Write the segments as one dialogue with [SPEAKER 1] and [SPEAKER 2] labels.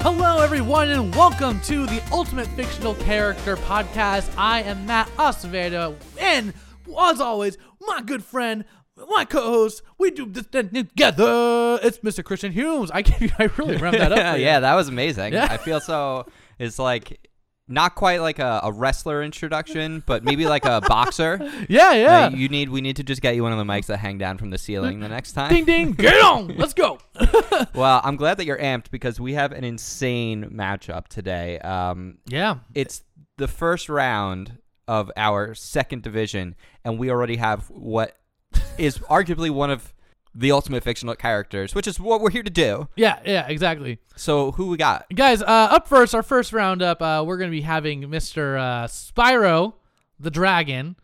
[SPEAKER 1] Hello, everyone, and welcome to the Ultimate Fictional Character Podcast. I am Matt Acevedo, and as always, my good friend, my co-host, we do this thing together. It's Mr. Christian Humes. I gave you, I really ramped that up. for you.
[SPEAKER 2] yeah, that was amazing.
[SPEAKER 1] Yeah.
[SPEAKER 2] I feel so. It's like not quite like a, a wrestler introduction, but maybe like a boxer.
[SPEAKER 1] yeah, yeah.
[SPEAKER 2] Uh, you need. We need to just get you one of the mics that hang down from the ceiling the next time.
[SPEAKER 1] ding, ding, get on. Let's go.
[SPEAKER 2] Well, I'm glad that you're amped because we have an insane matchup today. Um,
[SPEAKER 1] yeah,
[SPEAKER 2] it's the first round of our second division, and we already have what is arguably one of the ultimate fictional characters, which is what we're here to do.
[SPEAKER 1] yeah, yeah. Exactly.
[SPEAKER 2] So, who we got?
[SPEAKER 1] guys uh up first our first roundup uh we're gonna be having mr uh spyro the dragon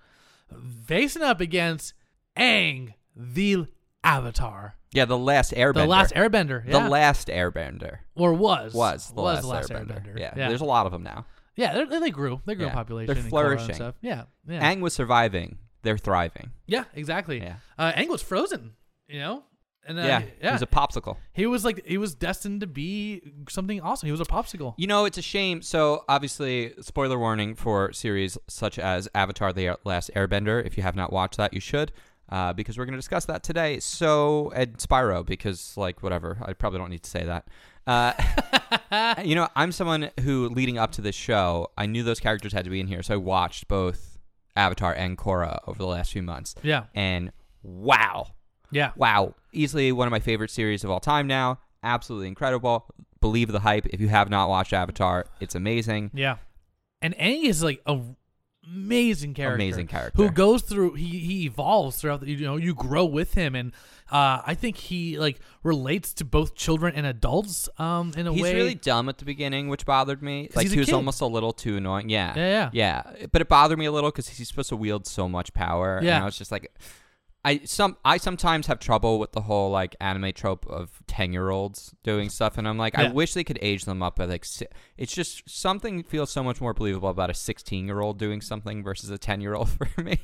[SPEAKER 1] facing up against ang the avatar
[SPEAKER 2] Yeah, the last airbender.
[SPEAKER 1] the last airbender yeah.
[SPEAKER 2] The last airbender.
[SPEAKER 1] or was
[SPEAKER 2] was the
[SPEAKER 1] was
[SPEAKER 2] last,
[SPEAKER 1] the last
[SPEAKER 2] airbender. Yeah.
[SPEAKER 1] yeah
[SPEAKER 2] there's a lot of them now.
[SPEAKER 1] yeah they're- they, they grew they grew in
[SPEAKER 2] Yeah.
[SPEAKER 1] population
[SPEAKER 2] They're
[SPEAKER 1] and color and
[SPEAKER 2] flourishing.
[SPEAKER 1] stuff. yeah yeah
[SPEAKER 2] Aang was surviving. They're thriving.
[SPEAKER 1] yeah exactly
[SPEAKER 2] Yeah.
[SPEAKER 1] uh ang was frozen you know and uh,
[SPEAKER 2] yeah,
[SPEAKER 1] yeah
[SPEAKER 2] It was a popsicle.
[SPEAKER 1] he was like he was destined to be something awesome he was a popsicle
[SPEAKER 2] You know, it's a shame. So, obviously, spoiler warning for series such as Avatar: The Last Airbender. If you have not watched that, you should, uh, because we're going to discuss that today. So, and Spyro, because like whatever, I probably don't need to say that. Uh, you know, I'm someone who, leading up to this show, I knew those characters had to be in here, so I watched both Avatar and Korra over the last few months,
[SPEAKER 1] yeah
[SPEAKER 2] and wow,
[SPEAKER 1] yeah
[SPEAKER 2] wow, easily one of my favorite series of all time now. Absolutely incredible. Believe the hype. If you have not watched Avatar, it's amazing.
[SPEAKER 1] Yeah. And Aang is like a amazing character.
[SPEAKER 2] Amazing character.
[SPEAKER 1] Who goes through he he evolves throughout the, you know, you grow with him and uh I think he like relates to both children and adults um in a
[SPEAKER 2] He's
[SPEAKER 1] way.
[SPEAKER 2] really dumb at the beginning, which bothered me. Like
[SPEAKER 1] he's a
[SPEAKER 2] he was
[SPEAKER 1] kid.
[SPEAKER 2] almost a little too annoying. Yeah,
[SPEAKER 1] Yeah,
[SPEAKER 2] yeah. But it bothered me a little because he's supposed to wield so much power.
[SPEAKER 1] Yeah.
[SPEAKER 2] and I was just like, I some I sometimes have trouble with the whole like anime trope of ten year olds doing stuff, and I'm like, I
[SPEAKER 1] Yeah.
[SPEAKER 2] wish they could age them up. By like, si- it's just something feels so much more believable about a sixteen year old doing something versus a ten year old for me.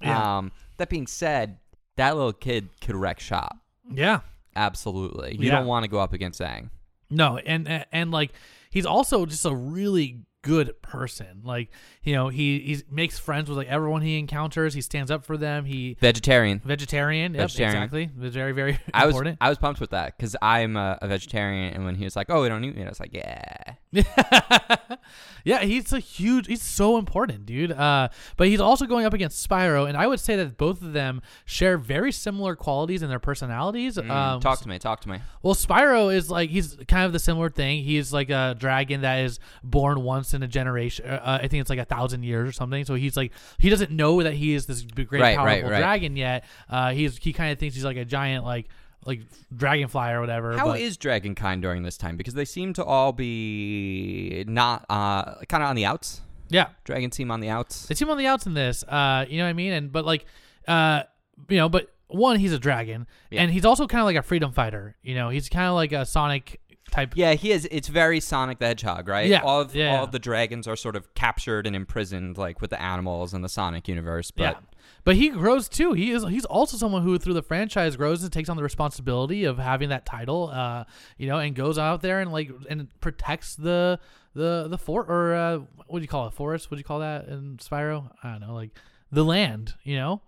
[SPEAKER 1] Yeah.
[SPEAKER 2] Um, that being said, that little kid could wreck shop.
[SPEAKER 1] yeah.
[SPEAKER 2] Absolutely, you
[SPEAKER 1] Yeah.
[SPEAKER 2] don't want to go up against Aang.
[SPEAKER 1] No, and and- and like he's also just a really good person. Like, you know, he he makes friends with like everyone he encounters. He stands up for them. He
[SPEAKER 2] Vegetarian.
[SPEAKER 1] vegetarian. Yep,
[SPEAKER 2] Vegetarian.
[SPEAKER 1] exactly. Very very
[SPEAKER 2] I was
[SPEAKER 1] important.
[SPEAKER 2] I was pumped with that because I'm a, a vegetarian, and when he was like, "Oh, we don't eat meat," I was like, "Yeah."
[SPEAKER 1] yeah, he's a huge. He's so important, dude. Uh, but he's also going up against Spyro, and I would say that both of them share very similar qualities in their personalities. um,
[SPEAKER 2] Mm, Mm-hmm. talk to me, talk to me.
[SPEAKER 1] well, Spyro is like he's kind of the similar thing. He's like a dragon that is born once in a generation. Uh, I think it's like a thousand years or something. So he's like he doesn't know that he is this b- great
[SPEAKER 2] Right,
[SPEAKER 1] powerful
[SPEAKER 2] right, right.
[SPEAKER 1] dragon yet. Uh, he's he kind of thinks he's like a giant like like dragonfly or whatever.
[SPEAKER 2] How
[SPEAKER 1] but-
[SPEAKER 2] is Dragonkind during this time? Because they seem to all be not uh, kind of on the outs.
[SPEAKER 1] yeah?
[SPEAKER 2] Dragon seem on the outs.
[SPEAKER 1] they seem on the outs in this. Uh, you know what I mean? And but like, uh, you know, but one, he's a dragon,
[SPEAKER 2] Yeah.
[SPEAKER 1] and he's also kind of like a freedom fighter. You know, he's kind of like a Sonic type.
[SPEAKER 2] Yeah, he is. It's very Sonic the Hedgehog, right?
[SPEAKER 1] Yeah,
[SPEAKER 2] All of
[SPEAKER 1] yeah.
[SPEAKER 2] all of the dragons are sort of captured and imprisoned, like with the animals in the Sonic universe. But
[SPEAKER 1] yeah. But he grows too. He is. He's also someone who, through the franchise, grows and takes on the responsibility of having that title. Uh, you know, and goes out there and like and protects the the the fort or uh, what do you call it? Forest? What do you call that in Spyro? I don't know. Like the land. You know,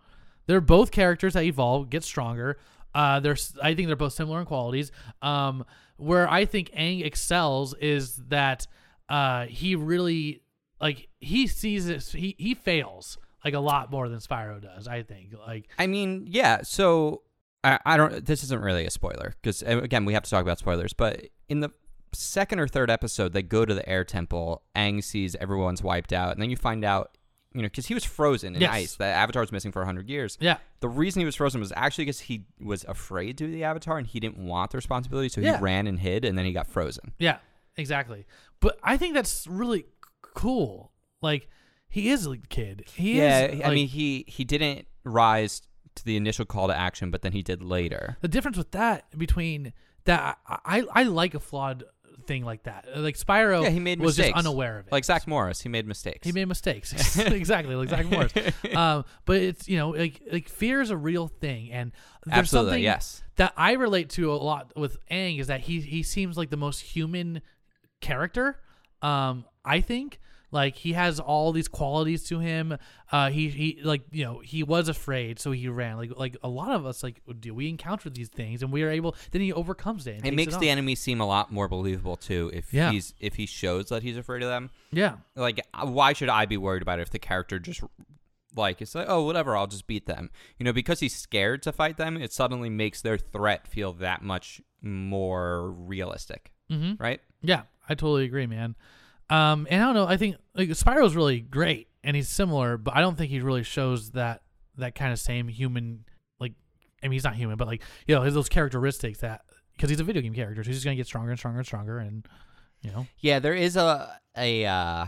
[SPEAKER 1] they're both characters that evolve, get stronger. Uh, they're s- I think they're both similar in qualities. Um, where I think Aang excels is that uh he really like he sees this he he fails like a lot more than Spyro does. I think like
[SPEAKER 2] I mean, yeah. So I, I don't. This isn't really a spoiler because again, we have to talk about spoilers. But in the second or third episode, they go to the air temple. Aang sees everyone's wiped out, and then you find out, you know, because he was frozen in
[SPEAKER 1] Yes.
[SPEAKER 2] ice. The Avatar was missing for hundred years.
[SPEAKER 1] yeah
[SPEAKER 2] The reason he was frozen was actually because he was afraid to be the Avatar, and he didn't want the responsibility, so
[SPEAKER 1] Yeah.
[SPEAKER 2] he ran and hid, and then he got frozen.
[SPEAKER 1] yeah exactly. But I think that's really c- cool. Like he is a kid. He
[SPEAKER 2] yeah,
[SPEAKER 1] is.
[SPEAKER 2] I
[SPEAKER 1] like,
[SPEAKER 2] mean, he he didn't rise to the initial call to action, but then he did later.
[SPEAKER 1] the difference with that between that I I, I like a flawed thing like that. Like Spyro
[SPEAKER 2] Yeah, he made
[SPEAKER 1] was
[SPEAKER 2] mistakes.
[SPEAKER 1] just unaware of it.
[SPEAKER 2] Like Zach Morris, he made mistakes.
[SPEAKER 1] He made mistakes. exactly, like Zach Morris. um, but it's you know like like fear is a real thing, and there's
[SPEAKER 2] Absolutely,
[SPEAKER 1] something
[SPEAKER 2] yes.
[SPEAKER 1] that I relate to a lot with Aang is that he he seems like the most human character. Um, I think like he has all these qualities to him. Uh, he he like you know he was afraid, so he ran. Like like a lot of us like do we encounter these things and we are able. Then he overcomes it. And
[SPEAKER 2] It
[SPEAKER 1] takes
[SPEAKER 2] makes
[SPEAKER 1] it
[SPEAKER 2] the
[SPEAKER 1] on.
[SPEAKER 2] enemy seem a lot more believable too if
[SPEAKER 1] Yeah.
[SPEAKER 2] he's if he shows that he's afraid of them.
[SPEAKER 1] yeah
[SPEAKER 2] Like uh, why should I be worried about it if the character just like it's like oh whatever I'll just beat them. You know because he's scared to fight them, it suddenly makes their threat feel that much more realistic,
[SPEAKER 1] mm-hmm.
[SPEAKER 2] right?
[SPEAKER 1] Yeah, I totally agree, man. Um, and I don't know. I think like Spyro's really great, and he's similar, but I don't think he really shows that that kind of same human. Like, I mean, he's not human, but like you know, his those characteristics that because he's a video game character, so he's just gonna get stronger and stronger and stronger, and you know,
[SPEAKER 2] Yeah, there is a a uh,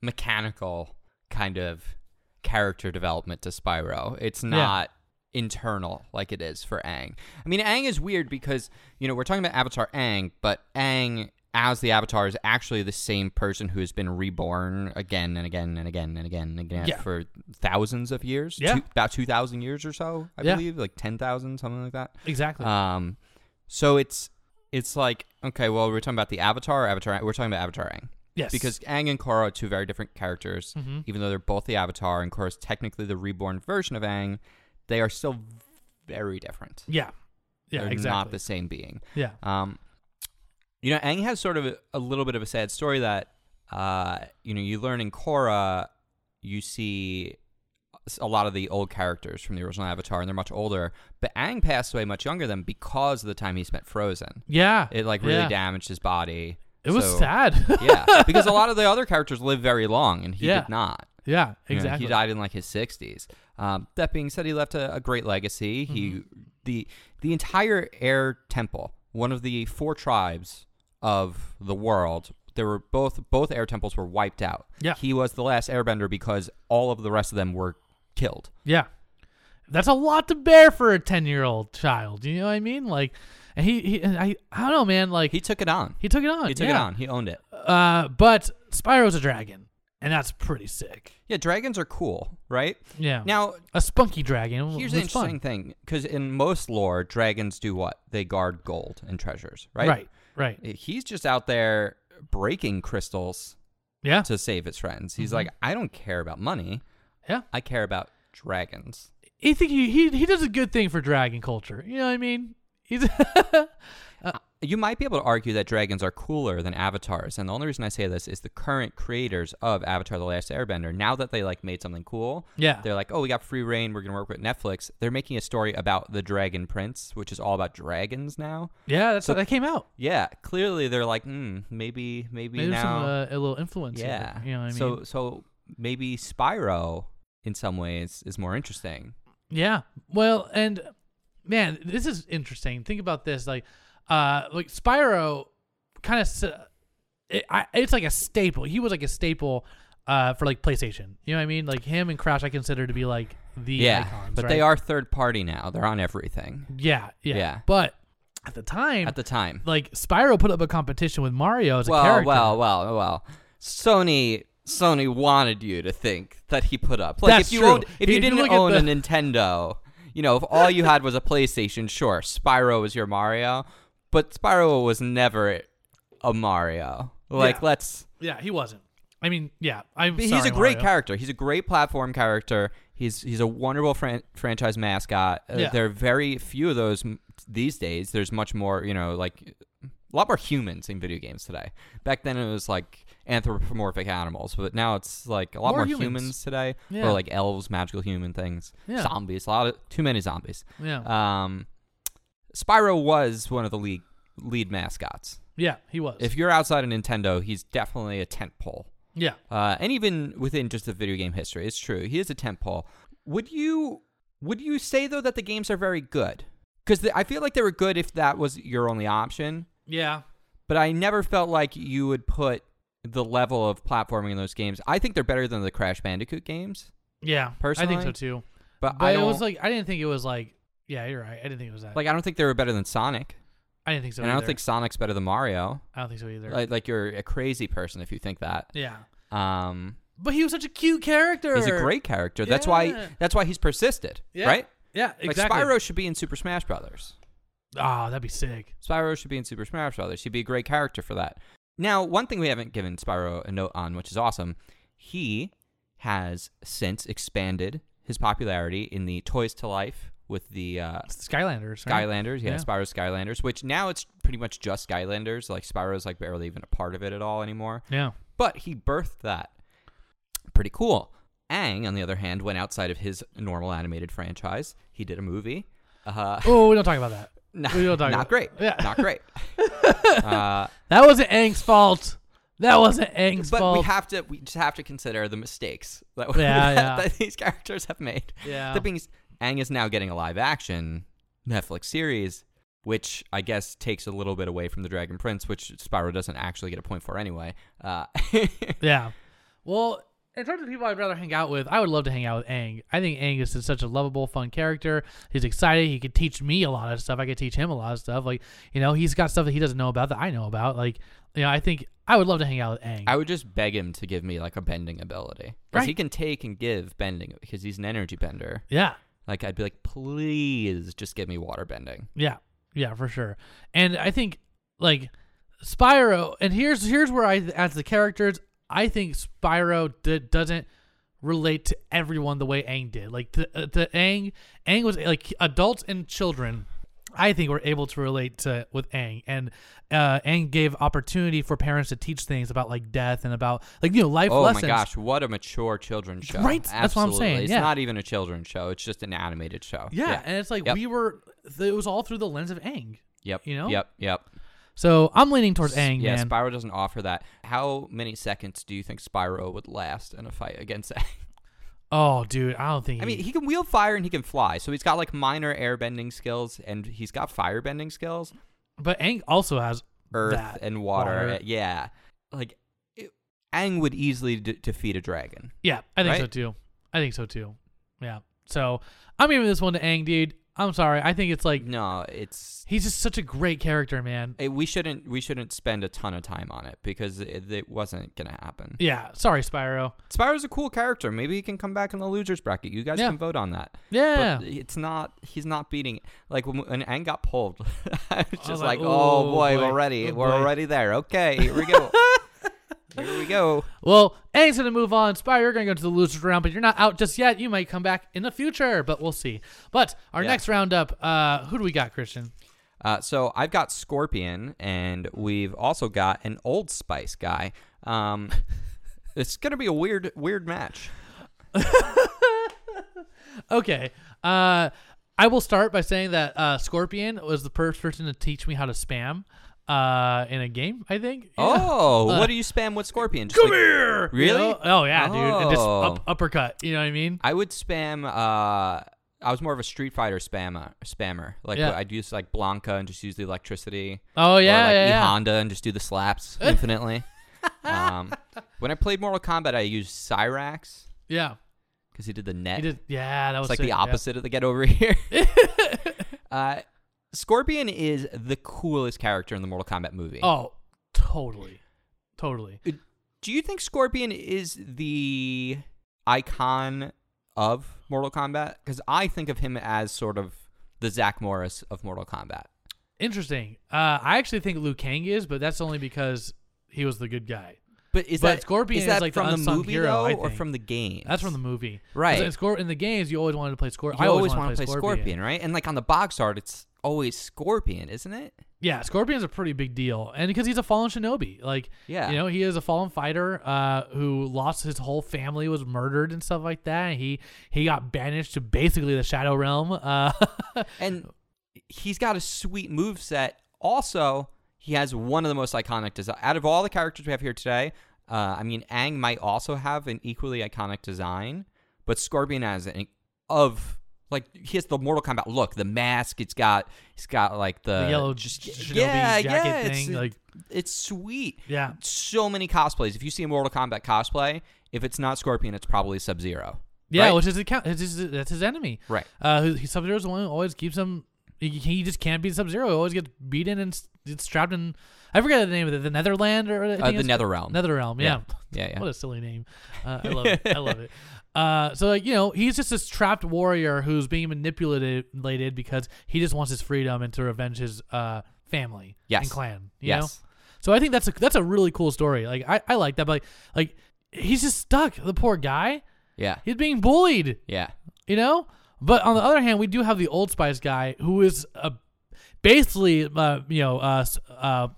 [SPEAKER 2] mechanical kind of character development to Spyro. It's not internal like it is for Aang. I mean, Aang is weird because you know we're talking about Avatar Aang, but Aang as the Avatar is actually the same person who has been reborn again and again and again and again and again
[SPEAKER 1] Yeah.
[SPEAKER 2] for thousands of years.
[SPEAKER 1] Yeah.
[SPEAKER 2] Two- about two thousand years or so, I
[SPEAKER 1] Yeah.
[SPEAKER 2] believe, like ten thousand, something like that.
[SPEAKER 1] exactly.
[SPEAKER 2] Um, so it's it's like okay, well, we're talking about the Avatar, Avatar. We're talking about Avatar Aang
[SPEAKER 1] yes,
[SPEAKER 2] because Aang and Korra are two very different characters,
[SPEAKER 1] Mhm.
[SPEAKER 2] even though they're both the Avatar, and Korra's technically the reborn version of Aang. They are still very different.
[SPEAKER 1] yeah, yeah,
[SPEAKER 2] they're
[SPEAKER 1] exactly.
[SPEAKER 2] not the same being.
[SPEAKER 1] yeah,
[SPEAKER 2] Um, you know, Aang has sort of a, a little bit of a sad story that, uh, you know, you learn in Korra, you see s- a lot of the old characters from the original Avatar, and they're much older. But Aang passed away much younger than because of the time he spent frozen.
[SPEAKER 1] yeah.
[SPEAKER 2] It like really
[SPEAKER 1] Yeah.
[SPEAKER 2] damaged his body.
[SPEAKER 1] It was
[SPEAKER 2] so-
[SPEAKER 1] sad.
[SPEAKER 2] yeah, because a lot of the other characters live very long, and he
[SPEAKER 1] Yeah.
[SPEAKER 2] did not.
[SPEAKER 1] yeah,
[SPEAKER 2] You know,
[SPEAKER 1] exactly.
[SPEAKER 2] he died in like his 60s. Um, that being said, he left a, a great legacy. He
[SPEAKER 1] Mm-hmm.
[SPEAKER 2] the the entire Air Temple, one of the four tribes of the world. There were both both Air Temples were wiped out.
[SPEAKER 1] Yeah.
[SPEAKER 2] he was the last Airbender because all of the rest of them were killed.
[SPEAKER 1] Yeah. That's a lot to bear for a 10-year-old child. You know what I mean? Like and he, he and I I don't know, man, like
[SPEAKER 2] He
[SPEAKER 1] he,
[SPEAKER 2] took it on.
[SPEAKER 1] took it on.
[SPEAKER 2] He took
[SPEAKER 1] yeah.
[SPEAKER 2] it on. He owned it.
[SPEAKER 1] Uh but Spyro's a dragon and that's pretty sick.
[SPEAKER 2] Yeah, dragons are cool, right?
[SPEAKER 1] Yeah.
[SPEAKER 2] Now,
[SPEAKER 1] a spunky dragon. w-
[SPEAKER 2] here's an
[SPEAKER 1] was
[SPEAKER 2] interesting
[SPEAKER 1] fun.
[SPEAKER 2] thing because in most lore, dragons do what? They guard gold and treasures, right?
[SPEAKER 1] Right. Right.
[SPEAKER 2] Eh, He's just out there breaking crystals
[SPEAKER 1] Yeah.
[SPEAKER 2] to save his friends. He's
[SPEAKER 1] Mhm.
[SPEAKER 2] like, I don't care about money.
[SPEAKER 1] Yeah.
[SPEAKER 2] I care about dragons.
[SPEAKER 1] He think he, he he does a good thing for dragon culture. You know what I mean? He's
[SPEAKER 2] You might be able to argue that dragons are cooler than avatars, and the only reason I say this is the current creators of Avatar: The Last Airbender. Now that they like made something cool,
[SPEAKER 1] Yeah.
[SPEAKER 2] they're like, "Oh, we got free reign. We're gonna work with Netflix." They're making a story about the Dragon Prince, which is all about dragons now.
[SPEAKER 1] Yeah, that's
[SPEAKER 2] So-
[SPEAKER 1] that came out.
[SPEAKER 2] Yeah, clearly they're like, mm, maybe,
[SPEAKER 1] Maybe
[SPEAKER 2] maybe,
[SPEAKER 1] there's
[SPEAKER 2] now,
[SPEAKER 1] some uh, a little influence. here.
[SPEAKER 2] yeah.
[SPEAKER 1] You know what I mean?
[SPEAKER 2] So, so maybe Spyro, in some ways, is more interesting.
[SPEAKER 1] Yeah. Well, and man, this is interesting. Think about this. Like, uh, like Spyro, kind of, it, I, it's like a staple. He was like a staple, uh, for like PlayStation. You know what I mean? Like him and Crash, I consider to be like the
[SPEAKER 2] yeah,
[SPEAKER 1] icons.
[SPEAKER 2] but
[SPEAKER 1] right?
[SPEAKER 2] they are third party now. They're on everything
[SPEAKER 1] Yeah, yeah.
[SPEAKER 2] Yeah.
[SPEAKER 1] But at the time,
[SPEAKER 2] at the time.
[SPEAKER 1] like Spyro put up a competition with Mario as a
[SPEAKER 2] Well,
[SPEAKER 1] character.
[SPEAKER 2] well, well, oh, well. Sony, Sony wanted you to think that he put up. Like
[SPEAKER 1] That's
[SPEAKER 2] if you
[SPEAKER 1] true.
[SPEAKER 2] owned, if
[SPEAKER 1] If
[SPEAKER 2] you
[SPEAKER 1] you
[SPEAKER 2] didn't
[SPEAKER 1] look at
[SPEAKER 2] own
[SPEAKER 1] the-
[SPEAKER 2] a Nintendo, you know, if all you had was a PlayStation, sure, Spyro was your Mario, but Spyro was never a Mario. Like
[SPEAKER 1] Yeah.
[SPEAKER 2] let's
[SPEAKER 1] yeah, he wasn't. I mean, yeah, I'm.
[SPEAKER 2] But he's
[SPEAKER 1] sorry,
[SPEAKER 2] a great
[SPEAKER 1] Mario.
[SPEAKER 2] character. He's a great platform character. He's he's a wonderful fran- franchise mascot. Uh,
[SPEAKER 1] Yeah.
[SPEAKER 2] There are very few of those m- these days. There's much more, you know, like a lot more humans in video games today. Back then it was like anthropomorphic animals, but now it's like a lot
[SPEAKER 1] More
[SPEAKER 2] more,
[SPEAKER 1] humans.
[SPEAKER 2] humans. today,
[SPEAKER 1] Yeah.
[SPEAKER 2] or like elves, magical human things,
[SPEAKER 1] Yeah.
[SPEAKER 2] zombies. A lot of too many zombies.
[SPEAKER 1] Yeah,
[SPEAKER 2] Um, Spyro was one of the lead lead mascots.
[SPEAKER 1] yeah, he was.
[SPEAKER 2] If you're outside of Nintendo, he's definitely a tentpole.
[SPEAKER 1] yeah,
[SPEAKER 2] Uh, and even within just the video game history, it's true. He is a tentpole. Would you would you say though that the games are very good? Because I feel like they were good if that was your only option.
[SPEAKER 1] yeah.
[SPEAKER 2] But I never felt like you would put the level of platforming in those games. I think they're better than the Crash Bandicoot games,
[SPEAKER 1] Yeah, I
[SPEAKER 2] Personally,
[SPEAKER 1] think so too.
[SPEAKER 2] but,
[SPEAKER 1] But
[SPEAKER 2] I
[SPEAKER 1] it
[SPEAKER 2] don't
[SPEAKER 1] was
[SPEAKER 2] like,
[SPEAKER 1] like I didn't think it was like yeah, you're right. I didn't think it was that.
[SPEAKER 2] I don't think they were better than Sonic,
[SPEAKER 1] I didn't think so.
[SPEAKER 2] and I
[SPEAKER 1] either.
[SPEAKER 2] don't think Sonic's better than Mario.
[SPEAKER 1] I don't think so either.
[SPEAKER 2] Like, like you're a crazy person if you think that.
[SPEAKER 1] yeah,
[SPEAKER 2] Um,
[SPEAKER 1] but he was such a cute character.
[SPEAKER 2] he's a great character. That's why
[SPEAKER 1] Yeah.
[SPEAKER 2] that's why he's persisted,
[SPEAKER 1] Yeah.
[SPEAKER 2] right?
[SPEAKER 1] Yeah, exactly.
[SPEAKER 2] Like Spyro should be in Super Smash Brothers.
[SPEAKER 1] Ah, that'd be sick.
[SPEAKER 2] Spyro should be in Super Smash Brothers. He'd be a great character for that. Now, one thing we haven't given Spyro a note on, which is awesome, he has since expanded his popularity in the Toys to Life with the uh,
[SPEAKER 1] Skylanders. Right?
[SPEAKER 2] Skylanders, yeah,
[SPEAKER 1] Yeah.
[SPEAKER 2] Spyro Skylanders, which now it's pretty much just Skylanders. Like Spyro's like barely even a part of it at all anymore.
[SPEAKER 1] Yeah.
[SPEAKER 2] But he birthed that. Pretty cool. Ang, on the other hand, went outside of his normal animated franchise. He did a movie. Uh,
[SPEAKER 1] Oh, we don't talk about that.
[SPEAKER 2] not,
[SPEAKER 1] We don't talk
[SPEAKER 2] not
[SPEAKER 1] about-
[SPEAKER 2] great.
[SPEAKER 1] Yeah.
[SPEAKER 2] Not great. uh,
[SPEAKER 1] That wasn't Aang's fault. That wasn't Aang's
[SPEAKER 2] but
[SPEAKER 1] fault.
[SPEAKER 2] we have to. We just have to consider the mistakes that,
[SPEAKER 1] Yeah,
[SPEAKER 2] that-
[SPEAKER 1] yeah.
[SPEAKER 2] that these characters have made.
[SPEAKER 1] yeah.
[SPEAKER 2] The thing is, Aang is now getting a live action Netflix series, which I guess takes a little bit away from the Dragon Prince, which Spyro doesn't actually get a point for anyway. Uh,
[SPEAKER 1] Yeah. Well, in terms of people I'd rather hang out with, I would love to hang out with Aang. I think Aang is just such a lovable, fun character. He's excited. He could teach me a lot of stuff. I could teach him a lot of stuff. Like, you know, he's got stuff that he doesn't know about that I know about. Like, you know, I think I would love to hang out with Aang.
[SPEAKER 2] I would just beg him to give me like a bending ability. Because he
[SPEAKER 1] Right.
[SPEAKER 2] can take and give bending because he's an energy bender.
[SPEAKER 1] yeah.
[SPEAKER 2] Like I'd be like, please just give me water bending.
[SPEAKER 1] Yeah, yeah, for sure. And I think like Spyro, and here's here's where I as the characters, I think Spyro d- doesn't relate to everyone the way Aang did. Like the uh, the Aang, Aang was like adults and children. I think were able to relate to with Aang, and uh, Aang gave opportunity for parents to teach things about like death and about like you know life
[SPEAKER 2] Oh
[SPEAKER 1] lessons.
[SPEAKER 2] my gosh, what a mature children's show.
[SPEAKER 1] Right? That's what I'm
[SPEAKER 2] Absolutely.
[SPEAKER 1] saying,
[SPEAKER 2] It's
[SPEAKER 1] yeah.
[SPEAKER 2] not even a children's show, it's just an animated show.
[SPEAKER 1] Yeah, and it's like
[SPEAKER 2] Yep.
[SPEAKER 1] we were. It was all through the lens of Aang.
[SPEAKER 2] Yep.
[SPEAKER 1] you know?
[SPEAKER 2] Yep. Yep.
[SPEAKER 1] So I'm leaning towards Aang,
[SPEAKER 2] yeah,
[SPEAKER 1] man.
[SPEAKER 2] Spyro doesn't offer that. How many seconds do you think Spyro would last in a fight against Aang?
[SPEAKER 1] oh, dude, I don't think.
[SPEAKER 2] I
[SPEAKER 1] he-
[SPEAKER 2] mean, he can wield fire and he can fly, so he's got like minor airbending skills and he's got firebending skills,
[SPEAKER 1] But Aang also has
[SPEAKER 2] earth
[SPEAKER 1] That,
[SPEAKER 2] and water.
[SPEAKER 1] water.
[SPEAKER 2] Yeah, like it, Aang would easily de- defeat a dragon.
[SPEAKER 1] yeah, I think so
[SPEAKER 2] Right?
[SPEAKER 1] too. I think so too. Yeah. So I'm giving this one to Aang, dude. I'm sorry. I think it's like
[SPEAKER 2] No, it's
[SPEAKER 1] he's just such a great character, man.
[SPEAKER 2] it, we shouldn't we shouldn't spend a ton of time on it because it, it wasn't gonna happen.
[SPEAKER 1] Yeah. Sorry, Spyro.
[SPEAKER 2] Spyro's a cool character. Maybe he can come back in the losers bracket. You guys
[SPEAKER 1] Yeah.
[SPEAKER 2] can vote on that.
[SPEAKER 1] Yeah.
[SPEAKER 2] But it's not. He's not beating. Like when, when Aang got pulled, I was
[SPEAKER 1] was
[SPEAKER 2] just
[SPEAKER 1] like,
[SPEAKER 2] like, "Oh
[SPEAKER 1] "Oh,
[SPEAKER 2] boy,
[SPEAKER 1] boy.
[SPEAKER 2] we're already,
[SPEAKER 1] Oh,
[SPEAKER 2] we're
[SPEAKER 1] boy."
[SPEAKER 2] already there." Okay, here we go. here we go.
[SPEAKER 1] well, Aang's gonna move on. Spyro, you're gonna go to the losers round, but you're not out just yet. You might come back in the future, but we'll see. But our
[SPEAKER 2] Yeah.
[SPEAKER 1] next roundup, uh, who do we got, Christian?
[SPEAKER 2] Uh, so I've got Scorpion, and we've also got an Old Spice guy. Um, it's gonna be a weird, weird match.
[SPEAKER 1] Okay. Uh, I will start by saying that uh, Scorpion was the first person to teach me how to spam uh, in a game. I think. Yeah.
[SPEAKER 2] Oh,
[SPEAKER 1] Uh,
[SPEAKER 2] what do you spam with Scorpion? Just
[SPEAKER 1] come
[SPEAKER 2] like-
[SPEAKER 1] here.
[SPEAKER 2] Really?
[SPEAKER 1] You know? Oh yeah, dude. And just
[SPEAKER 2] Oh.
[SPEAKER 1] up, uppercut. You know what I mean?
[SPEAKER 2] I would spam. Uh, I was more of a Street Fighter spammer. Spammer. Like
[SPEAKER 1] Yeah.
[SPEAKER 2] I'd use like Blanca and just use the electricity.
[SPEAKER 1] Oh yeah,
[SPEAKER 2] or like
[SPEAKER 1] yeah,
[SPEAKER 2] E
[SPEAKER 1] yeah.
[SPEAKER 2] Honda and just do the slaps infinitely. um, when I played Mortal Kombat, I used Cyrax
[SPEAKER 1] yeah.
[SPEAKER 2] because he did the net.
[SPEAKER 1] He did. Yeah, that was
[SPEAKER 2] it's like
[SPEAKER 1] sick,
[SPEAKER 2] the
[SPEAKER 1] yeah.
[SPEAKER 2] opposite of the get over here. uh, Scorpion is the coolest character in the Mortal Kombat movie.
[SPEAKER 1] Oh, totally, totally.
[SPEAKER 2] Do you think Scorpion is the icon of Mortal Kombat? Because I think of him as sort of the Zach Morris of Mortal Kombat.
[SPEAKER 1] Interesting. Uh, I actually think Liu Kang is, but that's only because he was the good guy.
[SPEAKER 2] But is
[SPEAKER 1] But
[SPEAKER 2] that
[SPEAKER 1] Scorpion
[SPEAKER 2] is
[SPEAKER 1] is
[SPEAKER 2] that
[SPEAKER 1] like the
[SPEAKER 2] from the,
[SPEAKER 1] unsung
[SPEAKER 2] movie
[SPEAKER 1] hero,
[SPEAKER 2] though,
[SPEAKER 1] I
[SPEAKER 2] or
[SPEAKER 1] think.
[SPEAKER 2] from the game?
[SPEAKER 1] That's from the movie,
[SPEAKER 2] Right.
[SPEAKER 1] In, Scor- in the games, you always wanted to play Scorpion.
[SPEAKER 2] You
[SPEAKER 1] I
[SPEAKER 2] always
[SPEAKER 1] wanted
[SPEAKER 2] want to play Scorpion. right? And like on the box art, it's always Scorpion, isn't it?
[SPEAKER 1] Yeah, Scorpion's a pretty big deal, and because he's a fallen shinobi, like
[SPEAKER 2] Yeah.
[SPEAKER 1] you know, he is a fallen fighter uh, who lost his whole family, was murdered and stuff like that. And he he got banished to basically the shadow realm. Uh,
[SPEAKER 2] And he's got a sweet move set. Also, he has one of the most iconic design out of all the characters we have here today. Uh, I mean, Aang might also have an equally iconic design, but Scorpion has an of like he has the Mortal Kombat look, the mask. It's got he's got like the,
[SPEAKER 1] the yellow
[SPEAKER 2] Uh, just
[SPEAKER 1] just shinobi
[SPEAKER 2] yeah,
[SPEAKER 1] jacket
[SPEAKER 2] yeah,
[SPEAKER 1] thing,
[SPEAKER 2] it's,
[SPEAKER 1] like
[SPEAKER 2] it's sweet.
[SPEAKER 1] yeah,
[SPEAKER 2] so many cosplays. If you see a Mortal Kombat cosplay, if it's not Scorpion, it's probably Sub Zero.
[SPEAKER 1] yeah,
[SPEAKER 2] right?
[SPEAKER 1] which is account. That's his, that's his enemy.
[SPEAKER 2] Right.
[SPEAKER 1] Uh, who- he Sub Zero's the one who always keeps him. He, he just can't beat Sub Zero. He always gets beaten and s- gets trapped in. I forget the name of it. The Netherland or I
[SPEAKER 2] Uh,
[SPEAKER 1] think
[SPEAKER 2] the
[SPEAKER 1] it's-
[SPEAKER 2] Nether Realm.
[SPEAKER 1] Netherrealm. Yeah.
[SPEAKER 2] Yeah, yeah.
[SPEAKER 1] What a silly name. Uh, I love it. I love it. Uh, so like you know, he's just this trapped warrior who's being manipulated lated because he just wants his freedom and to revenge his uh, family
[SPEAKER 2] Yes.
[SPEAKER 1] and clan. You
[SPEAKER 2] yes.
[SPEAKER 1] know? So I think that's a that's a really cool story. Like I, I like that, but like, like he's just stuck. The poor guy.
[SPEAKER 2] Yeah.
[SPEAKER 1] He's being bullied.
[SPEAKER 2] Yeah.
[SPEAKER 1] You know. But on the other hand, we do have the Old Spice guy who is a basically uh, you know uh, s- uh,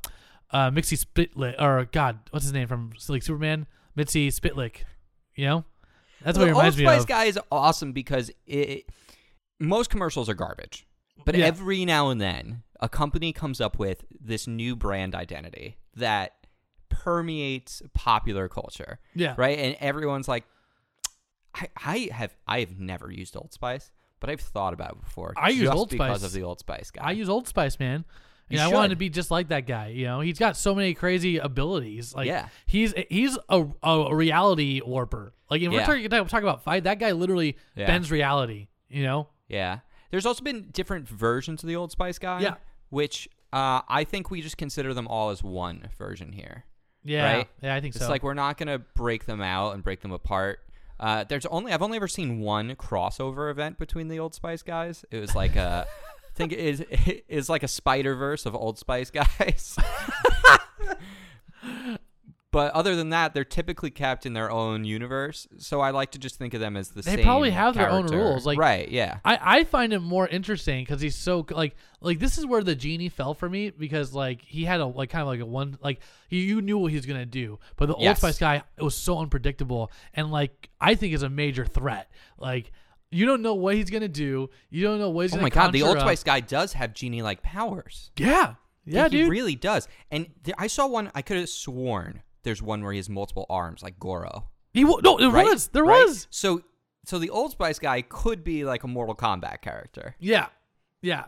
[SPEAKER 1] uh, Mixie Spitlick or God, what's his name from like Superman? Mitzi Spitlick. You know. That's what
[SPEAKER 2] the
[SPEAKER 1] he reminds
[SPEAKER 2] Old
[SPEAKER 1] me
[SPEAKER 2] Spice
[SPEAKER 1] of.
[SPEAKER 2] guy is awesome because it, most commercials are garbage, but
[SPEAKER 1] Yeah.
[SPEAKER 2] every now and then a company comes up with this new brand identity that permeates popular culture,
[SPEAKER 1] yeah.
[SPEAKER 2] right? And everyone's like, I, I have I have never used Old Spice, but I've thought about it before.
[SPEAKER 1] I use
[SPEAKER 2] just
[SPEAKER 1] Old
[SPEAKER 2] because
[SPEAKER 1] Spice.
[SPEAKER 2] of the Old Spice guy.
[SPEAKER 1] I use Old Spice, man.
[SPEAKER 2] You
[SPEAKER 1] And I wanted
[SPEAKER 2] should.
[SPEAKER 1] to be just like that guy. You know, he's got so many crazy abilities. Like,
[SPEAKER 2] Yeah.
[SPEAKER 1] he's he's a, a reality warper. Like, if
[SPEAKER 2] Yeah.
[SPEAKER 1] we're talking, talk about fight, that guy literally
[SPEAKER 2] Yeah.
[SPEAKER 1] bends reality. You know,
[SPEAKER 2] Yeah. There's also been different versions of the Old Spice guy.
[SPEAKER 1] Yeah.
[SPEAKER 2] Which uh, I think we just consider them all as one version here.
[SPEAKER 1] yeah,
[SPEAKER 2] Right.
[SPEAKER 1] yeah, I think
[SPEAKER 2] It's
[SPEAKER 1] so.
[SPEAKER 2] like we're not gonna break them out and break them apart. Uh, there's only I've only ever seen one crossover event between the Old Spice guys. It was like a I think it is it is like a Spider Verse of Old Spice guys. but other than that, they're typically kept in their own universe. So I like to just think of them as the
[SPEAKER 1] They
[SPEAKER 2] same.
[SPEAKER 1] probably have their own
[SPEAKER 2] character.
[SPEAKER 1] rules, like-
[SPEAKER 2] right? Yeah.
[SPEAKER 1] I, I find him more interesting because he's so like like this is where the genie fell for me because like he had a like kind of like a one like you, you knew what he was gonna do but the Old
[SPEAKER 2] Yes.
[SPEAKER 1] Spice guy it was so unpredictable and like I think is a major threat like you don't know what he's gonna do you don't know what he's
[SPEAKER 2] Oh
[SPEAKER 1] gonna
[SPEAKER 2] my god, the
[SPEAKER 1] conjure
[SPEAKER 2] Old
[SPEAKER 1] up.
[SPEAKER 2] Spice guy does have genie like powers.
[SPEAKER 1] yeah yeah
[SPEAKER 2] Like,
[SPEAKER 1] dude
[SPEAKER 2] he really does. And th- I saw one. I could have sworn there's one where he has multiple arms, like Goro.
[SPEAKER 1] he wa- no there
[SPEAKER 2] Right?
[SPEAKER 1] was there
[SPEAKER 2] Right?
[SPEAKER 1] was
[SPEAKER 2] So, so the Old Spice guy could be like a Mortal Kombat character.
[SPEAKER 1] yeah yeah